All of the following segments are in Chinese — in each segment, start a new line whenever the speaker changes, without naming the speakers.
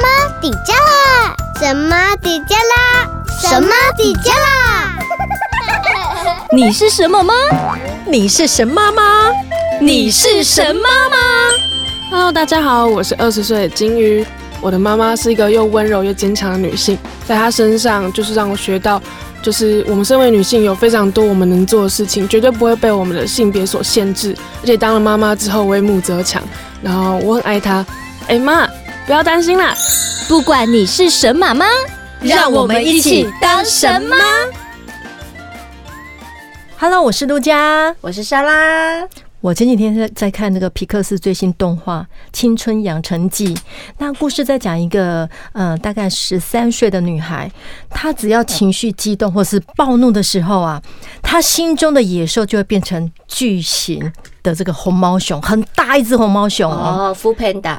么底加啦？什么底加啦？什么底加啦？
你是什么吗？你是神妈吗？你是神妈吗？
Hello，大家好，我是二十岁的金鱼。我的妈妈是一个又温柔又坚强的女性，在她身上就是让我学到，就是我们身为女性有非常多我们能做的事情，绝对不会被我们的性别所限制。而且当了妈妈之后，我也母则强，然后我很爱她。哎、妈，不要担心啦，
不管你是神妈妈，让我们一起当神妈。
Hello，我是陆佳。
我是莎拉，
我前几天在在看那个皮克斯最新动画《青春养成记》，那故事在讲一个呃大概十三岁的女孩，她只要情绪激动或是暴怒的时候啊，她心中的野兽就会变成巨型的这个红毛熊，很大一只红毛熊哦。
哦，Food Panda，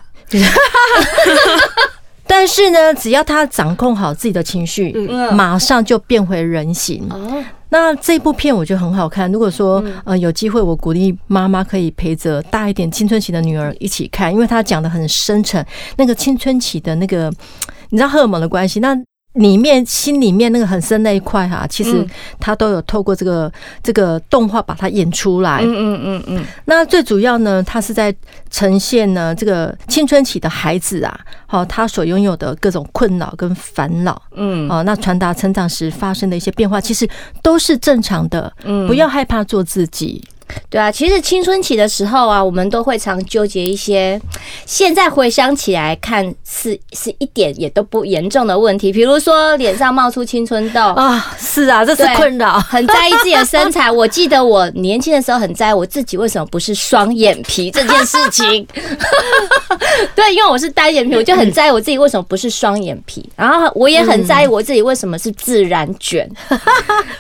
但是呢，只要她掌控好自己的情绪，
嗯
马上就变回人形。
哦，嗯
那这部片我觉得很好看。如果说呃有机会，我鼓励妈妈可以陪着大一点青春期的女儿一起看，因为她讲的很深沉，那个青春期的那个你知道荷尔蒙的关系，那里面心里面那个很深那一块哈、其实
嗯
她都有透过这个这个动画把它演出来。
嗯嗯嗯嗯，
那最主要呢，它是在呈现呢这个青春期的孩子啊，好、他所拥有的各种困扰跟烦恼。
嗯
哦，那传达成长时发生的一些变化，其实都是正常的，
嗯
不要害怕做自己。
对啊，其实青春期的时候啊，我们都会常纠结一些，现在回想起来看是是一点也都不严重的问题，比如说脸上冒出青春痘。
啊，是啊，这是
对
困扰。
很在意自己的身材，我记得我年轻的时候很在意我自己为什么不是双眼皮这件事 情。对，因为我是单
嗯
眼皮，我就很在意我自己为什么不是双眼皮，然后我也很在意我自己为什么是自然 卷，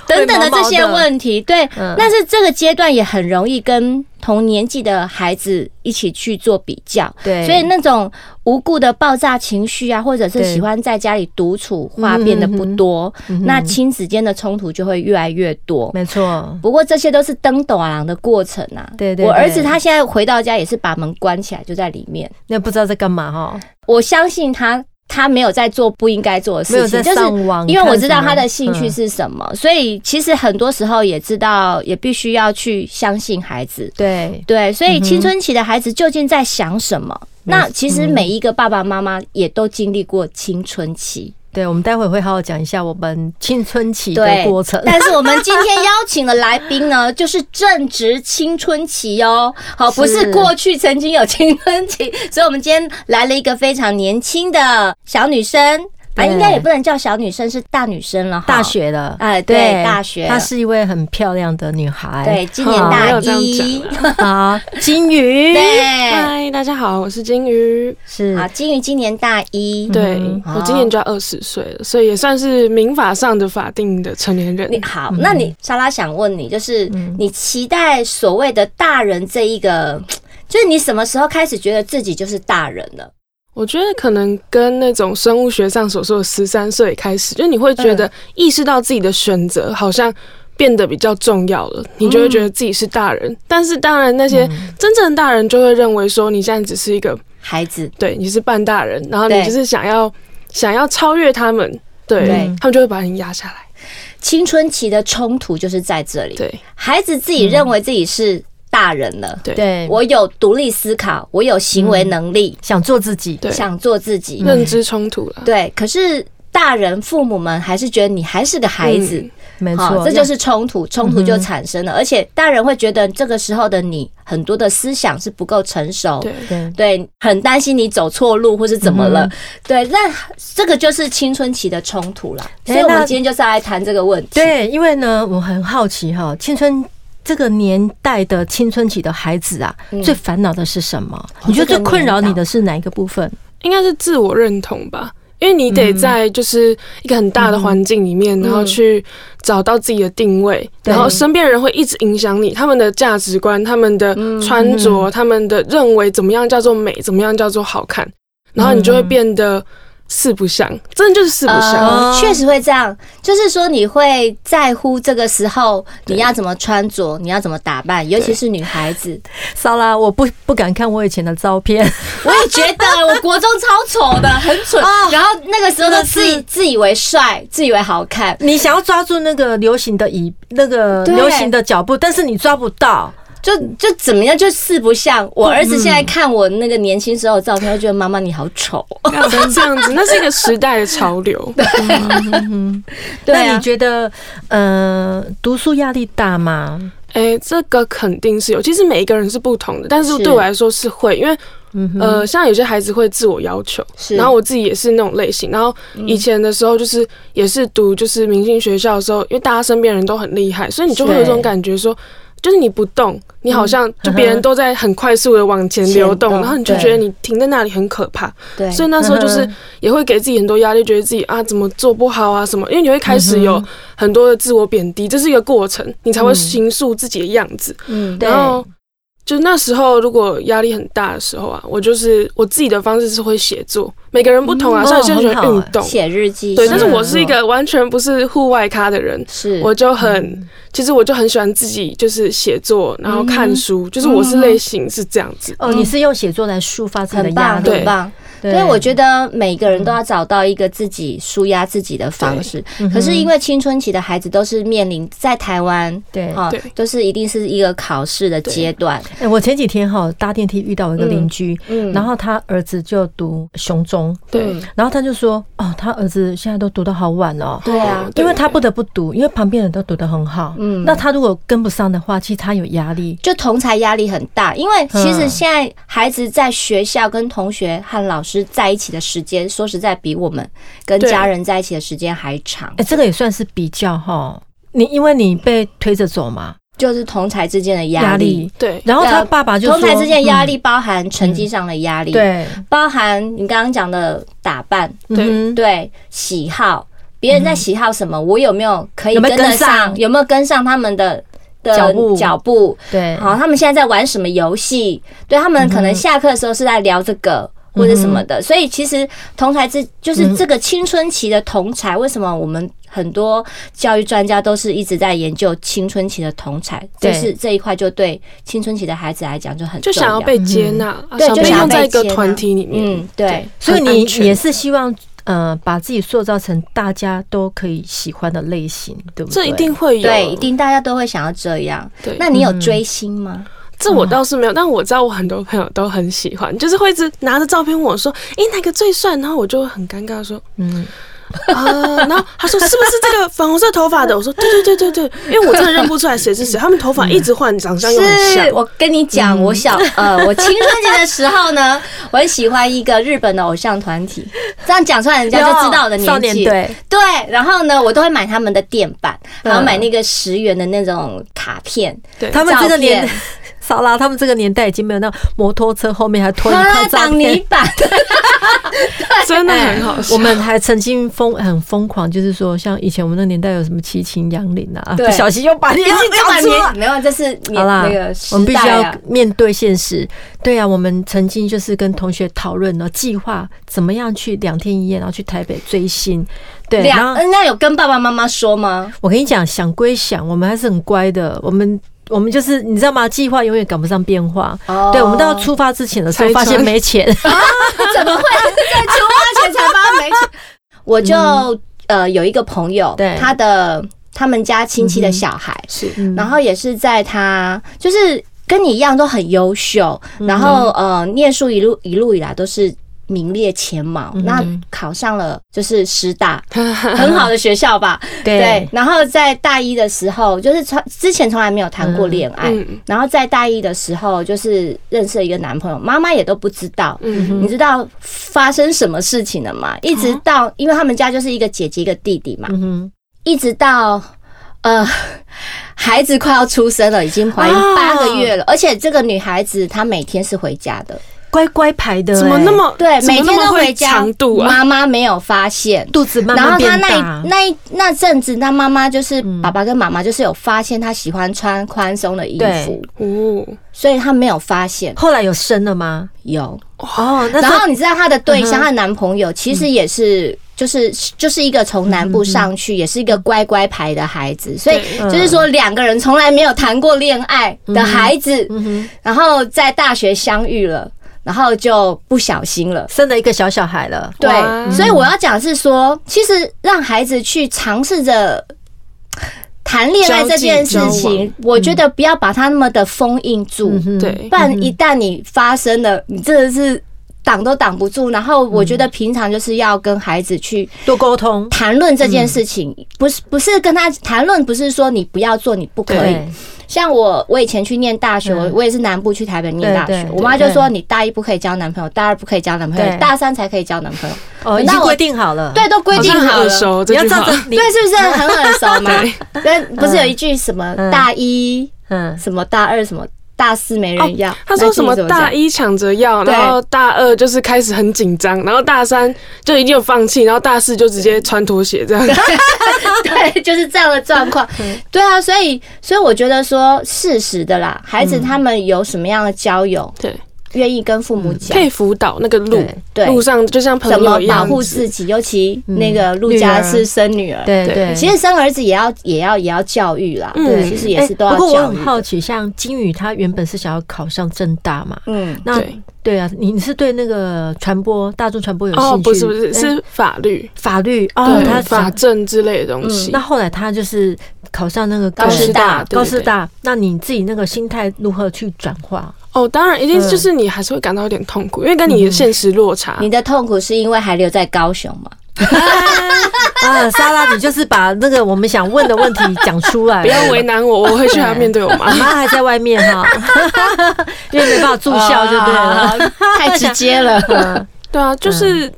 等等的这些问题。对，
嗯
但是这个阶段也很容易跟同年纪的孩子一起去做比较，
对
所以那种无故的爆炸情绪啊，或者是
对
喜欢在家里独处，话变
嗯
得不多，那亲子间的冲突就会越来越多。
没错，
不过这些都是登斗郎的过程啊。
对对
我儿子
对
他现在回到家也是把门关起来，就在里面。
那不知道在干嘛哦哈，
我相信他，他没有在做不应该做的
没有
事情，
在
就是
上网，
因为我知道
看什么嗯
他的兴趣。是什么，所以其实很多时候也知道，也必须要去相信孩子。
对，
对，所以青春期的孩子究竟在想什么？那
嗯
其实每一个爸爸妈妈也都经历过青春期，
对，我们待会会好好讲一下我们青春期的
对
过程。
但是我们今天邀请的来宾呢， 就是正值青春期哦，好，不
是
是过去曾经有青春期，所以我们今天来了一个非常年轻的小女生，啊，
对
应该也不能叫小女生，是大女生了哈，
大学了，
哎对大学
她是一位很漂亮的女孩。
对，今年
好
没
大
有这样
一，
讲啦。
啊，金鱼
对，
嗨，大家好，我是金鱼。
是
啊，金鱼今年大一，
对、
好
我今年就要二十岁了，所以也算是民法上的法定的成年人。
你
嗯
好，那你莎拉想问你，就是你期待所谓的大人这一个，就是你什么时候开始觉得自己就是大人了？
我觉得可能跟那种生物学上所说的十三岁开始，就你会觉
嗯
得意识到自己的选择好像变得比较重要了，你就会觉得自己是大
嗯
人。但是当然，那些真正的大人就会认为说你现在只是一个
孩子，
对，你是半大人，然后你
对
就是想要想要超越他们，对
对
他们就会把你压下来。
青春期的冲突就是在这里，
对
孩子自己认为自己是大人了，
对
对，
我有独立思考，我有行为能力，
想做自己。
对，
想做自己，
认知冲突了。
对。可是大人父母们还是觉得你还是个孩子，
嗯
没
好，
错，
这就是冲突，冲突就产生了，而且大人会觉得这个时候的你很多的思想是不够成熟，
对，
对
对，很担心你走错路或是怎么了，对，那这个就是青春期的冲突啦。
哎
所以我
那
们今天就是要来谈这个问题，
对，因为呢，我很好奇哈，青春这个年代的青春期的孩子啊，
嗯
最烦恼的是什么？
哦
你觉得
这个
最困扰
年代
你的是哪一个部分？
应该是自我认同吧，因为你
嗯
得在就是一个很大的环境里面，然后去找到自己的定位，
对
然后身边人会一直影响你，他们的价值观、他们的
嗯
穿着、他们的认为怎么样叫做美，怎么样叫做好看，然后你就会变得四不像，真的就是四不像。
哦
呃，确实会这样，就是说你会在乎这个时候你要怎么穿着，你要怎么打扮，尤其是女孩子。
骚啦，我不不敢看我以前的照片，
我也觉得，我国中超丑的，很蠢。
哦
然后那个时候都自以自以为帅，自以为好看。
你想要抓住那个流行的椅，那个
对
流行的脚步，但是你抓不到。
就就怎么样，就四不像。
嗯
我儿子现在看我那个年轻时候的照片，他觉得妈妈你好丑。
要 这样 子，那是一个时代的潮流。
对
那
啊
你，觉得，呃，读书压力大吗？
哎、这个肯定是有。其实每一个人是不同的，但是
是
对我来说是会，因为
嗯哼，
呃，像有些孩子会自我要求，
是嗯
然后我自己也是那种类型。然后以前的时候，就是也是读就是明星学校的时候，因为大家身边人都很厉害，所以你就会有一种
对
感觉说。就是你不动，你好
嗯
像就别人都在很快速的往前
前
流动，
动
然后你就
对
觉得你停在那里很可怕。
对，
所以那时候就是
嗯哼
也会给自己很多压力，觉得自己啊怎么做不好啊什么，因为你会开始
嗯
有很多的自我贬低，这是一个过程，你才会形塑自己的样子。
嗯，
对
然后就那时候如果压力很大的时候啊，我就是我自己的方式是会写作，每个人不同啊，
嗯
像有些人喜
哦很
欢
好
运
哎
动，
写日记。
对，
写
但是我
日记
是一个完全不是户外咖的人。
是嗯
我就很，其实我就很喜欢自己，就是写作，然后看书，就是我是类型是这样子。
哦，你是用写作来抒发自己的
很
压
棒，
力，
对
很棒。
对
所以我觉得每个人都要找到一个自己舒压自己的方式。
嗯
可是因为青春期的孩子都是面临在台湾，
对
啊
对，
都是一定是一个考试的阶段。
哎、我前几天哈搭电梯遇到一个邻居，
嗯
然后他儿子就读雄中，
对，
然后他就说，哦，他儿子现在都读得好晚哦。
对啊，
对
因为他不得不读，因为旁边人都读得很好，嗯，那他如果跟不上的话，其实他有压力，
就同才压力很大，因为其实
嗯
现在孩子在学校跟同学和老师在一起的时间，说实在比我们跟
对
家人在一起的时间还长
哎、，这个也算是比较哈。你因为你被推着走嘛，
就是同才之间的压
压
力。
力，
对，
然后
对
他
啊
爸爸就说
同台之间的压、
嗯
力包含成绩上的压力，，
对，
包含你刚刚讲的打扮，
对
嗯哼，
对喜好，别人在喜好什么，我有没有可以
嗯有
跟
没有
得
跟上
上？有没有跟上他们的的
脚步
脚步，
对，嗯
好，他们现在在玩什么游戏？对他们可能下课的时候是在聊这个。或者什么的，所以其实同才之
嗯
就是这个青春期的同才，为什么我们很多教育专家都是一直在研究青春期的同才，这
对
是这一块就对青春期的孩子来讲就很
就
重
想要
要。
被接纳，啊
对
想
就
被
想要
用
被
在一个
接纳
团体里面。
嗯，对，
所以
很
你
安全
也是希望呃把自己塑造成大家都可以喜欢的类型，对不对？
这一定会有，啊
对，一。定大家都会想要这样。
对，
那
嗯
你有追星吗？
这
嗯
我倒是没有，但我知道我很多朋友都很喜欢，就是会一直拿着照片问我说：“诶，哪个最帅？”然后我就会很尴尬地说
嗯，：“
啊、然后他说：“是不是这个粉红色头发的？”我说：“对对对对对，因为我真的认不出来谁是谁，他们头发一直换，长相又很像
是。我跟你讲，
嗯
我 小呃，我青春期的时候呢，我很喜欢一个日本的偶像团体，这样讲出来人家就知道我的
少
年
年
纪。
队，
对，然后呢，我都会买他们的电板，然后
嗯
买那个十元的那种卡 片。
对
他们这个年
照片，
少啦，他们这个年代已经没有那摩托车后面还拖一块照
啊挡泥
片。
板，
真的很好笑。
我们还曾经疯很疯狂，就是说，像以前我们那个年代有什么七情杨林啊，
对
不小心又把 年纪
要
讲
买
出
棉
来。
没有，这是
好
年
啦
那个，时
我们必须
代
要
啊。
面对现实。对啊，我们曾经就是跟同学讨论了计划，怎么样去两天一夜，然后去台北追星。对，然
两
后
嗯那有跟爸爸妈妈说吗？
我跟你讲，想归想，我们还是很乖的。我们我们就是你知道吗？计划永远赶不上变化。
哦
对，我们到出发之前的时候，
拆
发
穿
现没钱。
怎么会在出发前才发没钱？ 我就呃有一个朋友，
对
他的他们家亲戚的小孩，
是
然后也是在他就是跟你一样都很优秀，然后呃念书一路一路以来都是。名列前茅，那考上了就是师 大，很好的学校吧？对，。然后在大一的时候，就是从之前从来没有谈过恋爱，
嗯
然后在大一的时候，就是认识了一个男朋友，妈妈也都不知道。
嗯，啊
你知道发生什么事情了吗？一直到，因为他们家就是一个姐姐一个弟弟嘛，
嗯
一直到呃 孩子快要出生了，已经怀孕
啊
八个月了，而且这个女孩子她每天是回家的，
哼，乖乖牌的、
怎么
哎
那么
对，
怎
每
么那
天
么
都
会
回家
长度，啊？
妈妈没有发现。
肚子慢
然
慢
后他
变
那
大
一？那一那阵子，他妈妈就是
嗯
爸爸跟妈妈就是有发现他喜欢穿宽松的衣服
对，
哦，
所以他没有发现
后来有生了吗？
有。
哦，那
然
这
后你知道他的对
嗯
象，他的男朋友其实也是。就是就是一个从南部上去，也是一个乖乖牌的孩子，所以
嗯
就是说两个人从来没有谈过恋爱的孩子，
嗯
然后在大学相遇了，然后就不小心了。
生了一个小小孩了。
对
哇，
所以我要讲的是说，其实让孩子去尝试着。谈恋爱这件事
交嗯际交
情，我觉得不要把它那么的封印住，
嗯
对
不，然一旦你发生了，你真的是挡都挡不住。然后我觉得平常就是要跟孩子去
多沟通。
谈论这件事情，嗯不是不是跟他谈论，不是说你不要做，你不可以。
对，
像我，我以前去念大学，我
嗯
我也是南部去台北念
对
大
对
学，
对
我妈就说
对
你大一不可以交男朋友，大二不可以交男朋
对
友，大三才可以交男朋友。
哦，已
那
经
我
规定好了。
对，，都规定
很
嗯好
耳
了。
熟这
你要
句
照
话
着， 你
对，是不是很耳熟嘛？ 对，不是有一句什么
嗯
大一、
嗯，
什么大二、什么大四没人要？
他说什么
那句怎
大
讲
一抢着要，
对
然后大二就是开始很紧张，然后大三就已经有放弃，然后大四就直接穿拖鞋这样。
对，就是这样的状 况。对啊，所以所以我觉得说适时的啦，孩
嗯
子他们有什么样的交友，
对，
愿意跟父
嗯
母讲
可，以辅导那个路
对，
对
路上就像朋
怎么
友一
保
样
护
子。
自己，尤其那个陆家是生女儿，
嗯对
对
对。
其实生儿子也要也要也要教育啦，
嗯
其实也是都
哎
要
不过我
教育
很好
的。
奇，像金宇他原本是想要考上正大嘛？
嗯，
那
对
对啊，你你是对那个传播、大众传播有兴趣？
哦，不是不是，
哎
是法律，
法律哦，
对，
他想
法政之类的东西
那。后来他就是考上那个
高师大
高
对
师
对
大。那你自己那个心态如何去转化？
哦，当然一定就是你还是会感到有点痛苦，因为跟你的现实落差。
你的痛苦是因为还留在高雄嘛？
啊，莎拉，你就是把那个我们想问的问题讲出来
不要为
了。
难我，我会去还面对我妈
妈。妈还在外面哈， 因为没办法住校就对
哦
了。
啊，太直接了。
对啊，就是、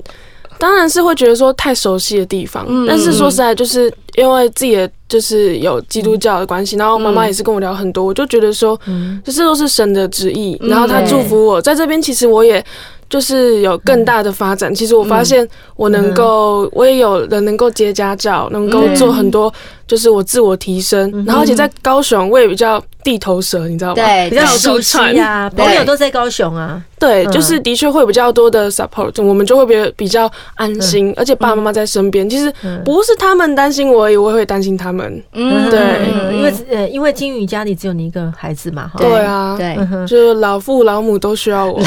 当然是会觉得说太熟悉的地方，但是说实在，就是因为自己的就是有基督教的关系，然后妈妈也是跟我聊很多，我就觉得说，
嗯
这这都是神的旨意，然后他祝福我在这边，其实我也。就是有更大的发展。其实我发现我能够，我也有人能够接家教，能够做很多，就是我自我提升。然后而且在高雄，我也比较地头蛇，你知道吗？
对
比较
哎到
熟
处
悉
传
啊，
对
朋友都在高雄啊。
对，
嗯
就是的确会比较多的 support，我们就会比较比较安心，
嗯
而且爸爸妈妈在身边，其实不是他们担心我而已，我也会担心他们。
嗯
对
嗯因为呃，因为金宇家里只有你一个孩子嘛，哈。
对 啊，
对，
嗯哼
就是老父老母都需要我。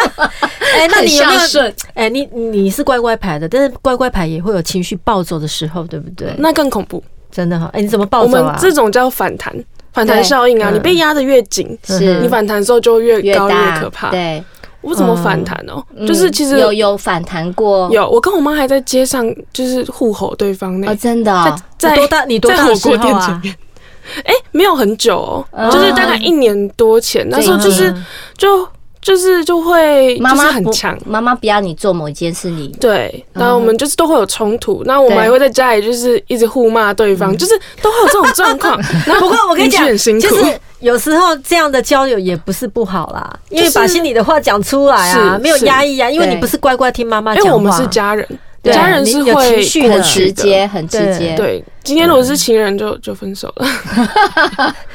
哎，那你有没有
很孝顺？
哎，你你是乖乖牌的，但是乖乖牌也会有情绪暴走的时候，对不对？
那更恐怖，
真的哈，哎，你怎么暴
嗯我
走
们
啊？
这种叫反弹，反弹
对
效应啊！你被压得越紧，
是
你反弹的时候就越
越
高越
大
可怕。
对，
我怎么反弹哦？就是其实
嗯有有反弹过，
有，我跟我妈还在街上就是互吼对方呢
哦，，真的哦，
在
多大？你多
在
大的
火
时
锅
候
店前
啊？
面。哎、没有很久、哦，
嗯
就是大概一年多前，那时候就是
嗯
就就是就会
妈
就是
妈
很
不
强。
妈妈不要你做某一件事，你
对，
嗯
然后我们就是都会有冲突，那我们
对
还会在家里就是一直互骂对方，就是都会有这种状况。 然后
嗯不过我跟你讲
邻居很，辛苦，
就是有时候这样的交友也不是不好啦，因为
就是
把心里的话讲出来啊，
是
没有压抑啊，因为
对
你不是乖乖听妈妈
因
讲
为
话。啊
我们是家人，
对
家人
你
是
有
会
情绪
过
的
很直
去的。
接，很直
对
接，
对，今天如果是情人就就分手
啊
了。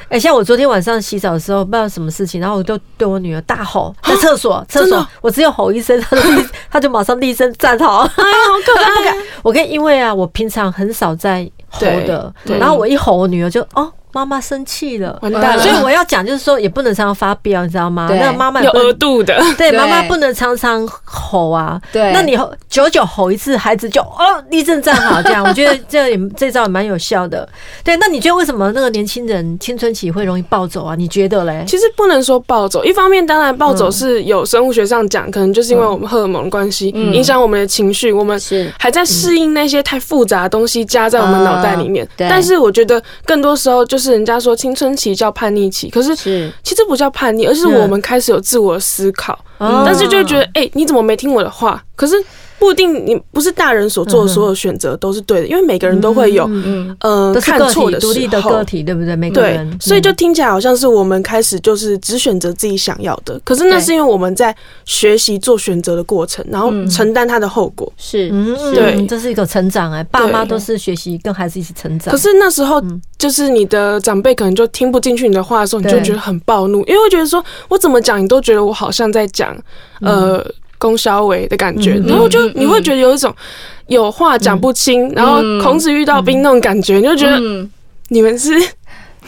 哎、像我昨天晚上洗澡的时候，不知道什么事情，然后我就对我女儿大吼，在厕所，厕
真的
所
哦，
我只有吼一声，她就 立她就马上立身站好。
哎呀，好可爱！
我跟因为啊，我平常很少在吼的，
对对
然后我一吼，我女儿就哦，妈妈生气了。
完蛋
所以
了，
我要讲，就是说也不能常常发飙，你知道吗？
对
那个妈妈也
有
不能
额度的，
对
对
妈妈不能常常吼啊。
对
那你吼久久吼一次，孩子就哦立正站好，这样我觉得这也这招也蛮有效的。对，那你觉得为什么那个年轻人青春期会容易暴走啊？你觉得嘞？
其实不能说暴走，一方面当然暴
嗯
走是有生物学上讲，可能就是因为我们荷尔蒙的关系、
嗯
影响我们的情绪，我们
是
还在适应那些太复杂的东西加在我们脑袋里
嗯
面。
对
但是我觉得更多时候就是人
嗯
家说青春期叫叛逆期，可是
是
其实不叫叛逆，而是我们开始有自我思考，
哦
但是就觉得哎、欸你怎么没听我的话？可是不一定，你不是大人所做的所有选择都是对的，因为每个人都会有
嗯，
嗯、
都是
看
个
错
体
的
独立
时
的
候
个。体，对不对？每个
对
人，，
所以就
嗯
听起来好像是我们开始就是只选择自己想要的，可是那
对
是因为我们在学习做选择的过程，然后
嗯
承担它的后果。
是，
嗯，
对
这是一个成长哎，爸妈
对
都是学习跟孩子一起成长。
可是那时候
嗯，
就是你的长辈可能就听不进去你的话的时候，你
对
就觉得很暴怒，因为会觉得说我怎么讲，你都觉得我好像在讲呃龚小伟的感觉，
嗯
然后就
嗯
你会觉得有一种有话讲不清，然后孔子遇到兵那种感觉，你就觉得
嗯，
你们是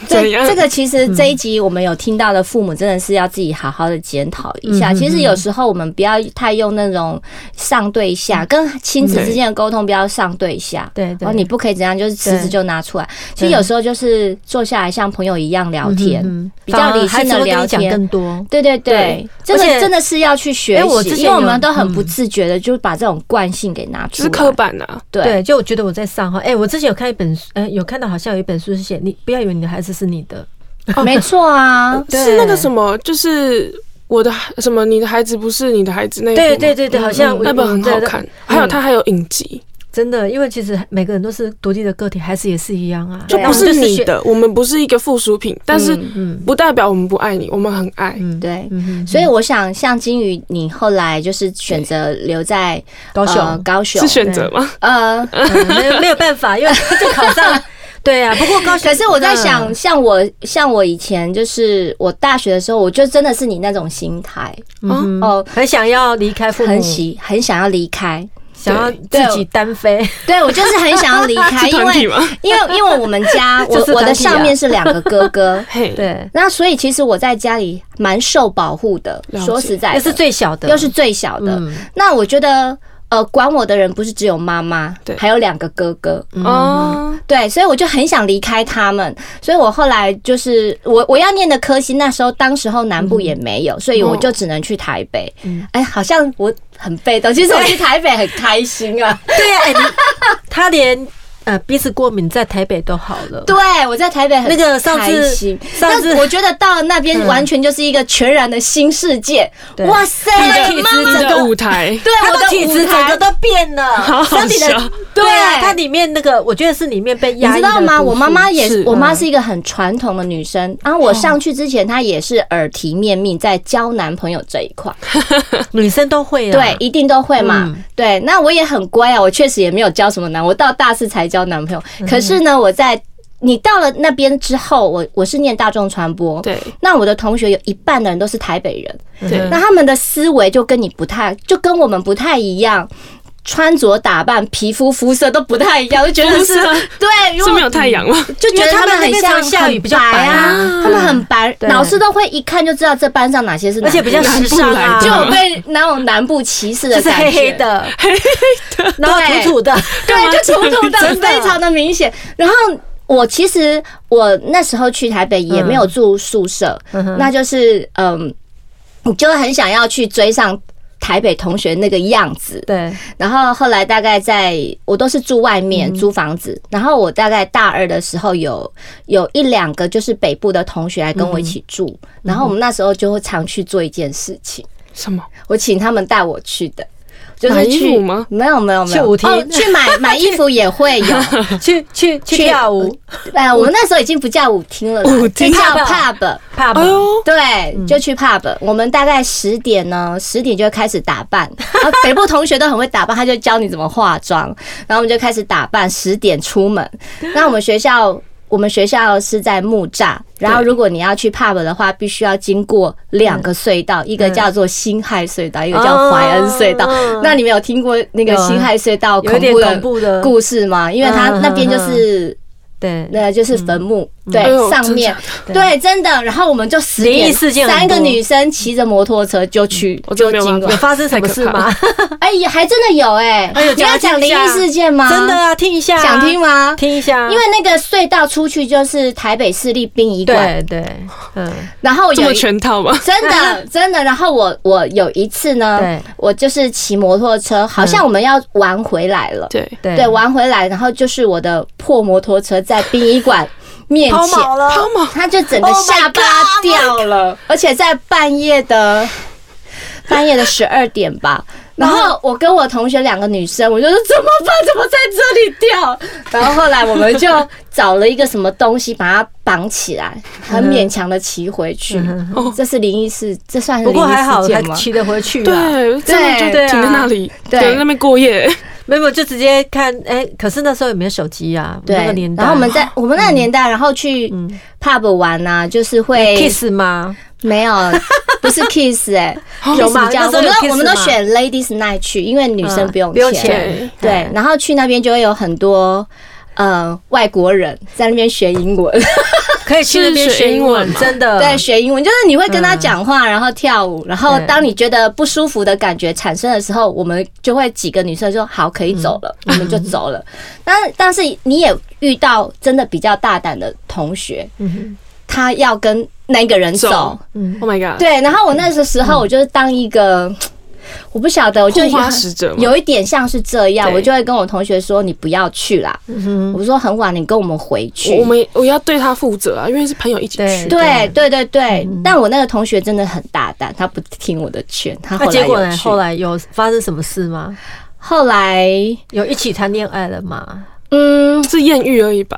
怎
这
样
这个其
嗯
实这一集我们有听到的父母真的是要自己好好的检讨一下。
嗯嗯
其实有时候我们不要太用那种上对下，跟亲子之间的沟通不要上对下。
嗯对
然
对，
后你不可以怎样，就是辞职就拿出来。其实有时候就是坐下来像朋友一样聊天。
嗯嗯
比较理
反而孩
性
子
的
会跟
聊
你讲
天
更多。
对对对
对，
这个
而且
真的是要去学
哎我
习
之，前
因为我们
有
都很
嗯
不自觉的就把这种惯性给拿
就
出
是
来。
刻板啊，
对
对，就我觉得我在上哈，哎、我之前有看一本书，呃，有看到好像有一本书是写你不要以为你的孩子是你的，
没错啊，
对
是那个什么，就是我的什么，你的孩子不是你的孩子那一部吗
对对对对，好像我
嗯那本很好，
我
看
对，
还有他还有影集，
真的，因为其实每个人都是独立的个体，孩子也是一样啊，
就
对啊
不是你
学，
的，我们不是一个附属品，但是
嗯
嗯
不代表我们不爱你，我们很爱。
嗯，
对
嗯哼
所以我想，像金鱼，你后来就是选择留在
高雄、
呃高雄
是，选择吗？
呃，
嗯没有没有办法，因为就考上，对啊，不过高 雄，
可是我在想，
嗯
像我像我以前就是我大学的时候，我就真的是你那种心态，
嗯
哦
哦，很想要离开父母，
很喜很想要离开，
想要
对
自己单飞，
对我就是很想要离开，
是
因
团体
为
吗？。
因为因为我们 家我
就是团体啊
我的上面是两个哥哥
嘿，
对，
那所以其实我在家里蛮受保护的，
了解
说实在
那
的，
是最小的，
又是最小的。
嗯
那我觉得，呃，管我的人不是只有妈妈，
对
还有两个哥哥，
哦，
对，所以我就很想离开他们。所以我后来就是我我要念的科系，那时候当时候南部也没
嗯
有，所以我就只能去台北。哎、好像我很 被动，其实我去台北很开心啊。
对啊，哎、 你他连呃鼻子过敏在台北都好了，
对，我在台北很
那个上次
开心
上次
但我觉得到那边完全就是一个全然的新世界。
对
哇塞，
你的体质
妈
嗯你
整
的
个
舞台，
对
他
我
的体
舞
质整
台
个都变
好
了，
好
身体的
笑
对啊，
对
它里面那个我觉得是里面被
你
压抑
知
的毒
道
素。
吗？我妈妈也是
是，
我妈是一个很传统的女生。然
嗯
后我上去之前，她也是耳提面命在交男朋友这一块，
女生都会啊，
对，一定都会嘛
嗯。
对，那我也很乖啊，我确实也没有交什么男，我到大四才交男朋友。
嗯
可是呢，我在你到了那边之后，我我是念大众传播，
对
那我的同学有一半的人都是台北人，
嗯
对，
那他们的思维就跟你不太，就跟我们不太一样。穿着打扮、皮肤肤色都不太一样，就觉得是
肤 色
对，因为
是没有太阳 吗？
就觉得他们很
因为
像
他们那边常下雨比较白
白
啊
啊，他们很白，
对
老师都会一看就知道这班上哪些是男
而
的，
且比较时尚啊，
就有被那种南部歧视
就
的
是
感觉，
黑黑，的，黑 黑的，然后土土的，
啊
对，就冲 突的
真的
非常的明显。然后我其实我那时候去台北也没有住宿舍，
嗯
那就是嗯，我就很想要去追上台北同学那个样子，
对，
然后后来大概在我都是住外
嗯
面租房子，然后我大概大二的时候有有一两个就是北部的同学来跟我一起住，
嗯
然后我们那时候就会常去做一件事情，
什么？
我请他们带我去的。就
买
是
衣
去
服吗
没有没有没
去
有
舞厅
哦，去买买衣服也会 有。
去去去跳舞，
呃，我们那时候已经不叫舞厅了啦，
舞厅
就叫
pub
pub。
怕
哎
吗？
呦，
对，就去 pub、我们大概十点呢，十点就会开始打扮。然后北部同学都很会打扮，他就教你怎么化妆。然后我们就开始打扮，十点出门。那我们学校。我们学校是在木栅，然后如果你要去 pub 的话，必须要经过两个隧道，一个叫做辛亥隧道，一个叫怀恩隧道。
哦
那你们有听过那个
有啊
辛亥隧道
有一
恐
点
怖的
恐怖嗯的，
故事吗？因为它那边就是
嗯对，
那就是坟墓，
嗯
对
哎，呦
上面
的
对，真的。然后我们就十
灵异
点，
事件很
三
多嗯
个女生骑着摩托车就去，
我真
就
的没有
经
办
过
有。发生什么事 吗？
哎，也还真的有哎
哎呦，
你要讲灵
讲一
异
下
事件吗？
真的啊，听一下啊，
想听吗？
听一下啊，
因为那个隧道出去就是台北市立殡仪馆，
对对，嗯，
然后
这
有
么
一
全套吗？
真 的真的。然后我我有一次呢
对，
我就是骑摩托车，好像我们要玩回来了，
对，
对
对，玩回来，然后就是我的破摩托车在殡仪馆面
抛
前。
锚了，
他们
Oh
他就整个下巴掉了，而且在半夜的半夜的十二点吧。然后我跟我同学两个女生，我就说怎么办？怎么在这里掉？然后后来我们就找了一个什么东西把它绑起来，很勉强的骑回去。这是灵异事，这算是
嗯不
灵
过
异
还好
事
还
件吗？
骑得回去啊，
对，真的
对
就停在那里，
对
对，在那边过夜。
没有就直接看，哎，可是那时候也没有手机啊，
对
那个年，代，嗯
然后我们在我们那个年代，然后去 pub 玩啊，就是会
kiss 吗？
没有，不是 kiss 哎、
有吗
kiss 比较
那时
我
候有
们
kiss
都我们都
吗
选 ladies night 去，因为女生
嗯
不用
不用
钱。
钱，嗯
对，然后去那边就会有很多呃外国人在那边学英文，
可以去那边
是学
学英
英文
文，
吗
真的，
对，学英文就是你会跟他讲话，然后跳舞，然后当你觉得不舒服的感觉产生的时候，我们就会几个女生说好可以走了，
嗯
我们就走了。但但是你也遇到真的比较大胆的同学，他要跟那个人走
嗯
走。Oh my god！
对，然后我那时时候我就是当一个，我不晓得，我就
护花使者嘛
有一点像是这样，
对
我就会跟我同学说你不要去啦，
嗯
我说很晚，你跟我们回去
我。我们我要对他负责啊，因为是朋友一起去。
对对对对，
嗯
但我那个同学真的很大胆，他不听我的劝，他后
那
来
结果
有
呢？
去
后来有发生什么事吗？
后来，
有一起谈恋爱了吗？
嗯，
是艳遇而已吧？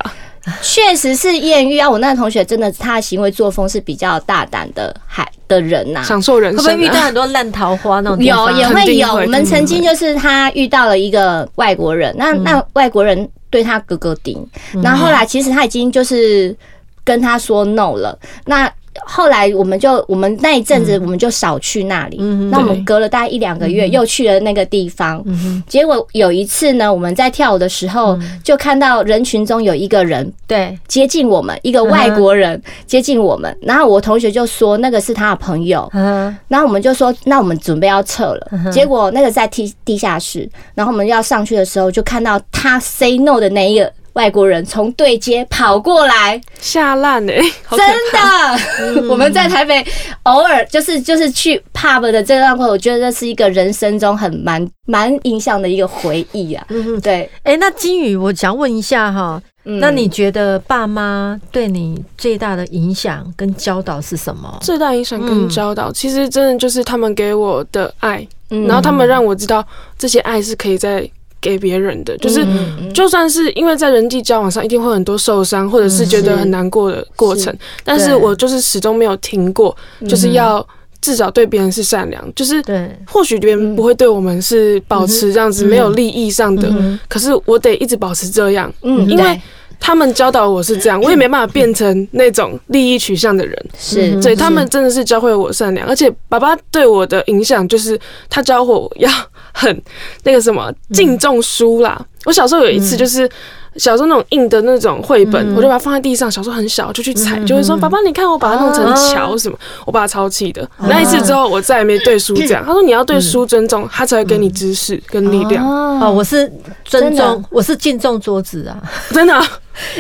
确实是艳遇啊。我那个同学真的，他的行为作风是比较大胆的海的人呐、
享受人
会不
生、啊。
会 遇到很多烂桃花那种地
有
方？
也
肯
会
定
有，
会
我们
肯定
曾经就是他遇到了一个外国人，那
嗯
那外国人对他哥哥顶，然后后来其实他已经就是跟他说 no 了，那。后来我们就我们那一阵
嗯
子我们就少去那里，那我们隔了大概一两个月又去了那个地方，
嗯
结果有一次呢，我们在跳舞的时候
嗯
就看到人群中有一个人
对，
接近我们，
嗯
一个外国人接近我们，然后我同学就说那个是他的朋友，
嗯，
然后我们就说，那我们准备要撤
嗯
了。结果那个在地地下室，然后我们要上去的时候，就看到他 say no 的那一个外国人从对街跑过来，
下烂哎、好
真
可嗯
的。
嗯
我们在台北偶尔就是就是去 pub 的这段过程，我觉得这是一个人生中很蛮蛮印象的一个回忆啊。对，
哎，那金宇，我想问一下哈，
嗯
那你觉得爸妈对你最大的影响跟教导是什么？
最大影响跟教导，其实真的就是他们给我的爱，
嗯
然后他们让我知道这些爱是可以再给别人的，就是
嗯
就算是因为在人际交往上一定会很多受伤或者是觉得很难过的过程，但是我就是始终没有停过，就是要至少对别人是善良，就是
对，
或许别人不会对我们是保持这样子没有利益上的，可是我得一直保持这样，
嗯
因为
对
他们教导我是这样，我也没办法变成那种利益取向的人。
是
对他们真的是教会我善良，而且爸爸对我的影响就是他教我要很那个什么敬重书啦。我小时候有一
嗯
次就是。小时候那种硬的那种绘本，我就把它放在地上。小时候很小，就去踩，
嗯
就会说：“爸爸，你看我把它弄成桥什么。”
哦
我爸超气的。那一次之后，我再也没对书这样。他说：“你要对书尊重，他才会给你知识跟力
嗯
量。
哦，我是尊
真的
重，我是敬重桌子啊。”
真的，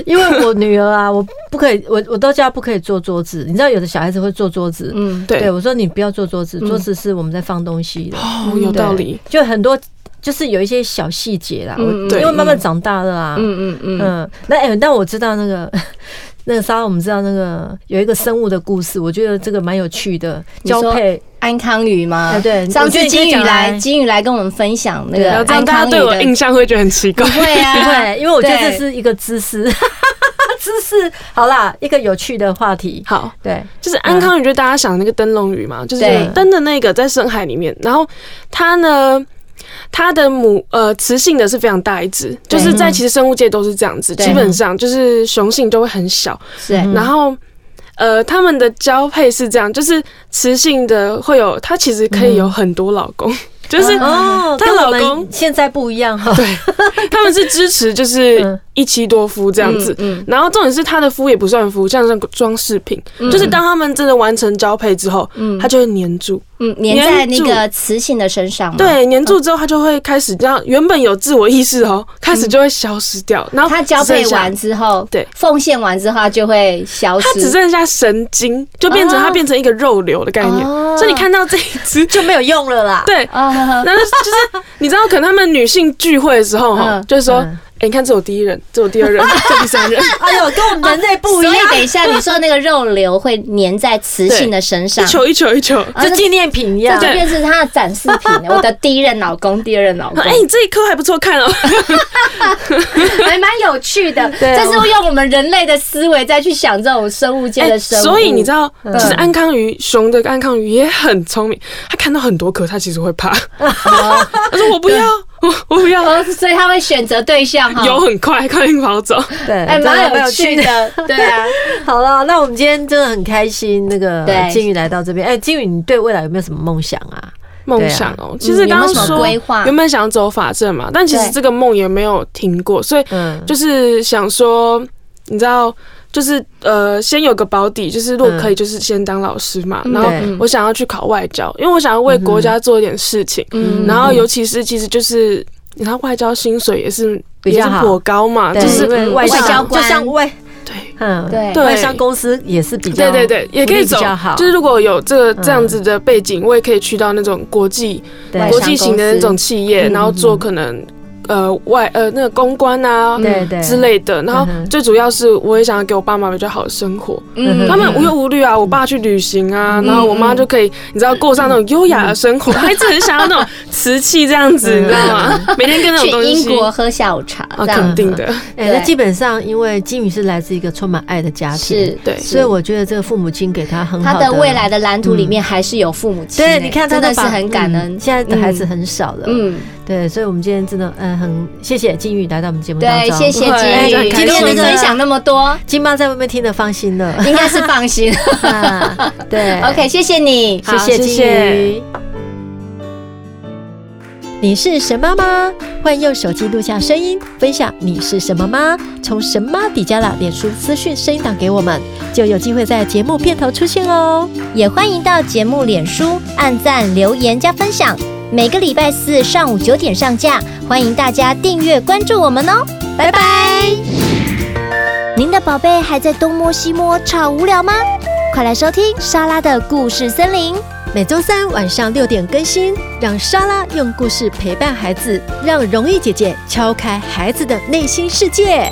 因为我女儿啊，我不可以，我我都叫她不可以坐桌子。你知道有的小孩子会坐桌子，
嗯
对
我说你不要坐桌子，桌子是我们在放东西的，
哦，有道理。
就很多就是有一些小细节啦。我
嗯
因
对
为慢慢长大了啊，
嗯嗯嗯，
嗯，那哎、但我知道那个 那个莎，我们知道那个有一个生物的故事，我觉得这个蛮有趣的
你说
交 配。
安康鱼吗？
哎对
上
我觉得
次
你可
金鱼
以讲
来，
来
金鱼来跟我们分享那
对
个
然后这样
安
大
康
家
鱼
对我
的
印象会觉得很奇怪。
会啊，
对，因为我觉得这
对
是一个知识， 知识好啦，一个有趣的话题。
好，
对，
就是安康鱼，就大家想的那个灯笼鱼嘛，就是
嗯对
灯的那个在深海里面，然后它呢。它的母呃雌性的是非常大一只，就是在其实生物界都是这样子，
对嗯
基本上就是雄性都会很小，
是
然后呃它们的交配是这样，就是雌性的会有它其实可以有
嗯
很多老公，就是
哦，
她
跟我
老
们
公
现在不一样哈。
他们是支持就是
嗯
一妻多夫这样子，然后重点是他的夫也不算夫，像是装饰品，
嗯
就是当他们真的完成交配之后，他就会粘住，
嗯，粘在那
粘住
个雌性的身上嘛，，
对，粘住之后他就会开始这样，原本有自我意识哦，开始就会消失掉，然后
它交配
只剩下
完。之后，
对
奉献完之后它就会消
它只
失，
剩下神经，就变成
哦
它变成一个肉瘤的概念，
哦
所以你看到这一只，
就没有用了啦。
对，
啊，
然后就是你知道，可能他们女性聚会的时候哈
嗯，
就是说
嗯，
哎、你看这有第一人，这有第二人，这有第三人，
哎呦，跟我们人类不一
所以
样，
等一下你说那个肉瘤会粘在雌性的身
一
上，
球一球一球。
啊
就纪念品一
这
样
就。变成他的展示品了。我的第一任老公，第二任老公，
哎、你这一颗还不错看哦。
还蛮有趣 的。
对
这是用我们人类的思维再去想这种生物界的生物，
哎
嗯
所以你知道，其实安康鱼熊的安康鱼也很聪明，它看到很多颗，它其实会怕。 它说我不要，我我不要，
哦， 所以他会选择对象哈。
游很快，快点跑走。
对，啊
哎，
真
蛮有趣。的， 对啊，
好了，那我们今天真的很开心，那个
对
金宇来到这边。哎，金宇，你对未来有没有什么梦想啊？
梦想哦、其实
嗯有
刚
没有
刚
什么
说
规划
原本想要走法政嘛，但其实
对
这个梦也没有停过，所以
嗯，
就是想说，你知道，就是呃，先有个保底，就是如果
嗯
可以，就是先当老师嘛。然后
对
我想要去考外交，因为我想要为国家做一点事情。
嗯
然后尤其是其实就是，你知道外交薪水也是
比较
也是
好
颇高嘛，
对
啊就是嗯
因为外
外交
商就
官
像 外，
对。
嗯，
对
对
外商公司也是比较
对对对，也可
福利
以
比
走
较好，嗯
就是如果有这个这样子的背景，我也可以去到那种国际
对
外
国
商
际型的那种企业，
嗯
然后做可能呃外呃那个公关啊
对对
之类的。然后
嗯哼
最主要是我也想要给我爸妈比较好的生活，
嗯
他们无忧无虑啊，我爸去旅行啊，然后我妈就可以你知道过上那种优雅的生活，她一直很想要那种瓷器这样子，
嗯
你知道吗？每天跟那
去
种东
英
西
国喝下午茶，
啊，
这样
肯定的，
哎，那
对
基本上因为金宇是来自一个充满爱的家庭，
是
对
所以我觉得这个父母亲给他很好
他
的
的未来。的蓝图里面还是有父母亲欸，
对，你看他
真
都
的是
把
很感恩
嗯。现在的孩子很少了，嗯，
嗯，
对，所以我们今天真的，嗯，很谢谢金宇来到我们节目当
对，
中，
谢谢
不会
金宇
很开
今
心
天能分享那么多，
金妈在外面听得放心 了，
应该是放心。
啊对
OK，谢谢你，
谢
好
谢
谢
金
谢
鱼。你是神妈吗？欢迎用手机录下声音，分享你是什么吗？从神妈底加拉脸书私讯声音档给我们，就有机会在节目片头出现哦。
也欢迎到节目脸书按赞、留言加分享。每个礼拜四上午九点上架，欢迎大家订阅关注我们哦，拜拜。
您的宝贝还在东摸西摸，吵无聊吗？快来收听莎拉的故事森林。
每周三晚上六点更新，让莎拉用故事陪伴孩子，让荣誉姐姐敲开孩子的内心世界。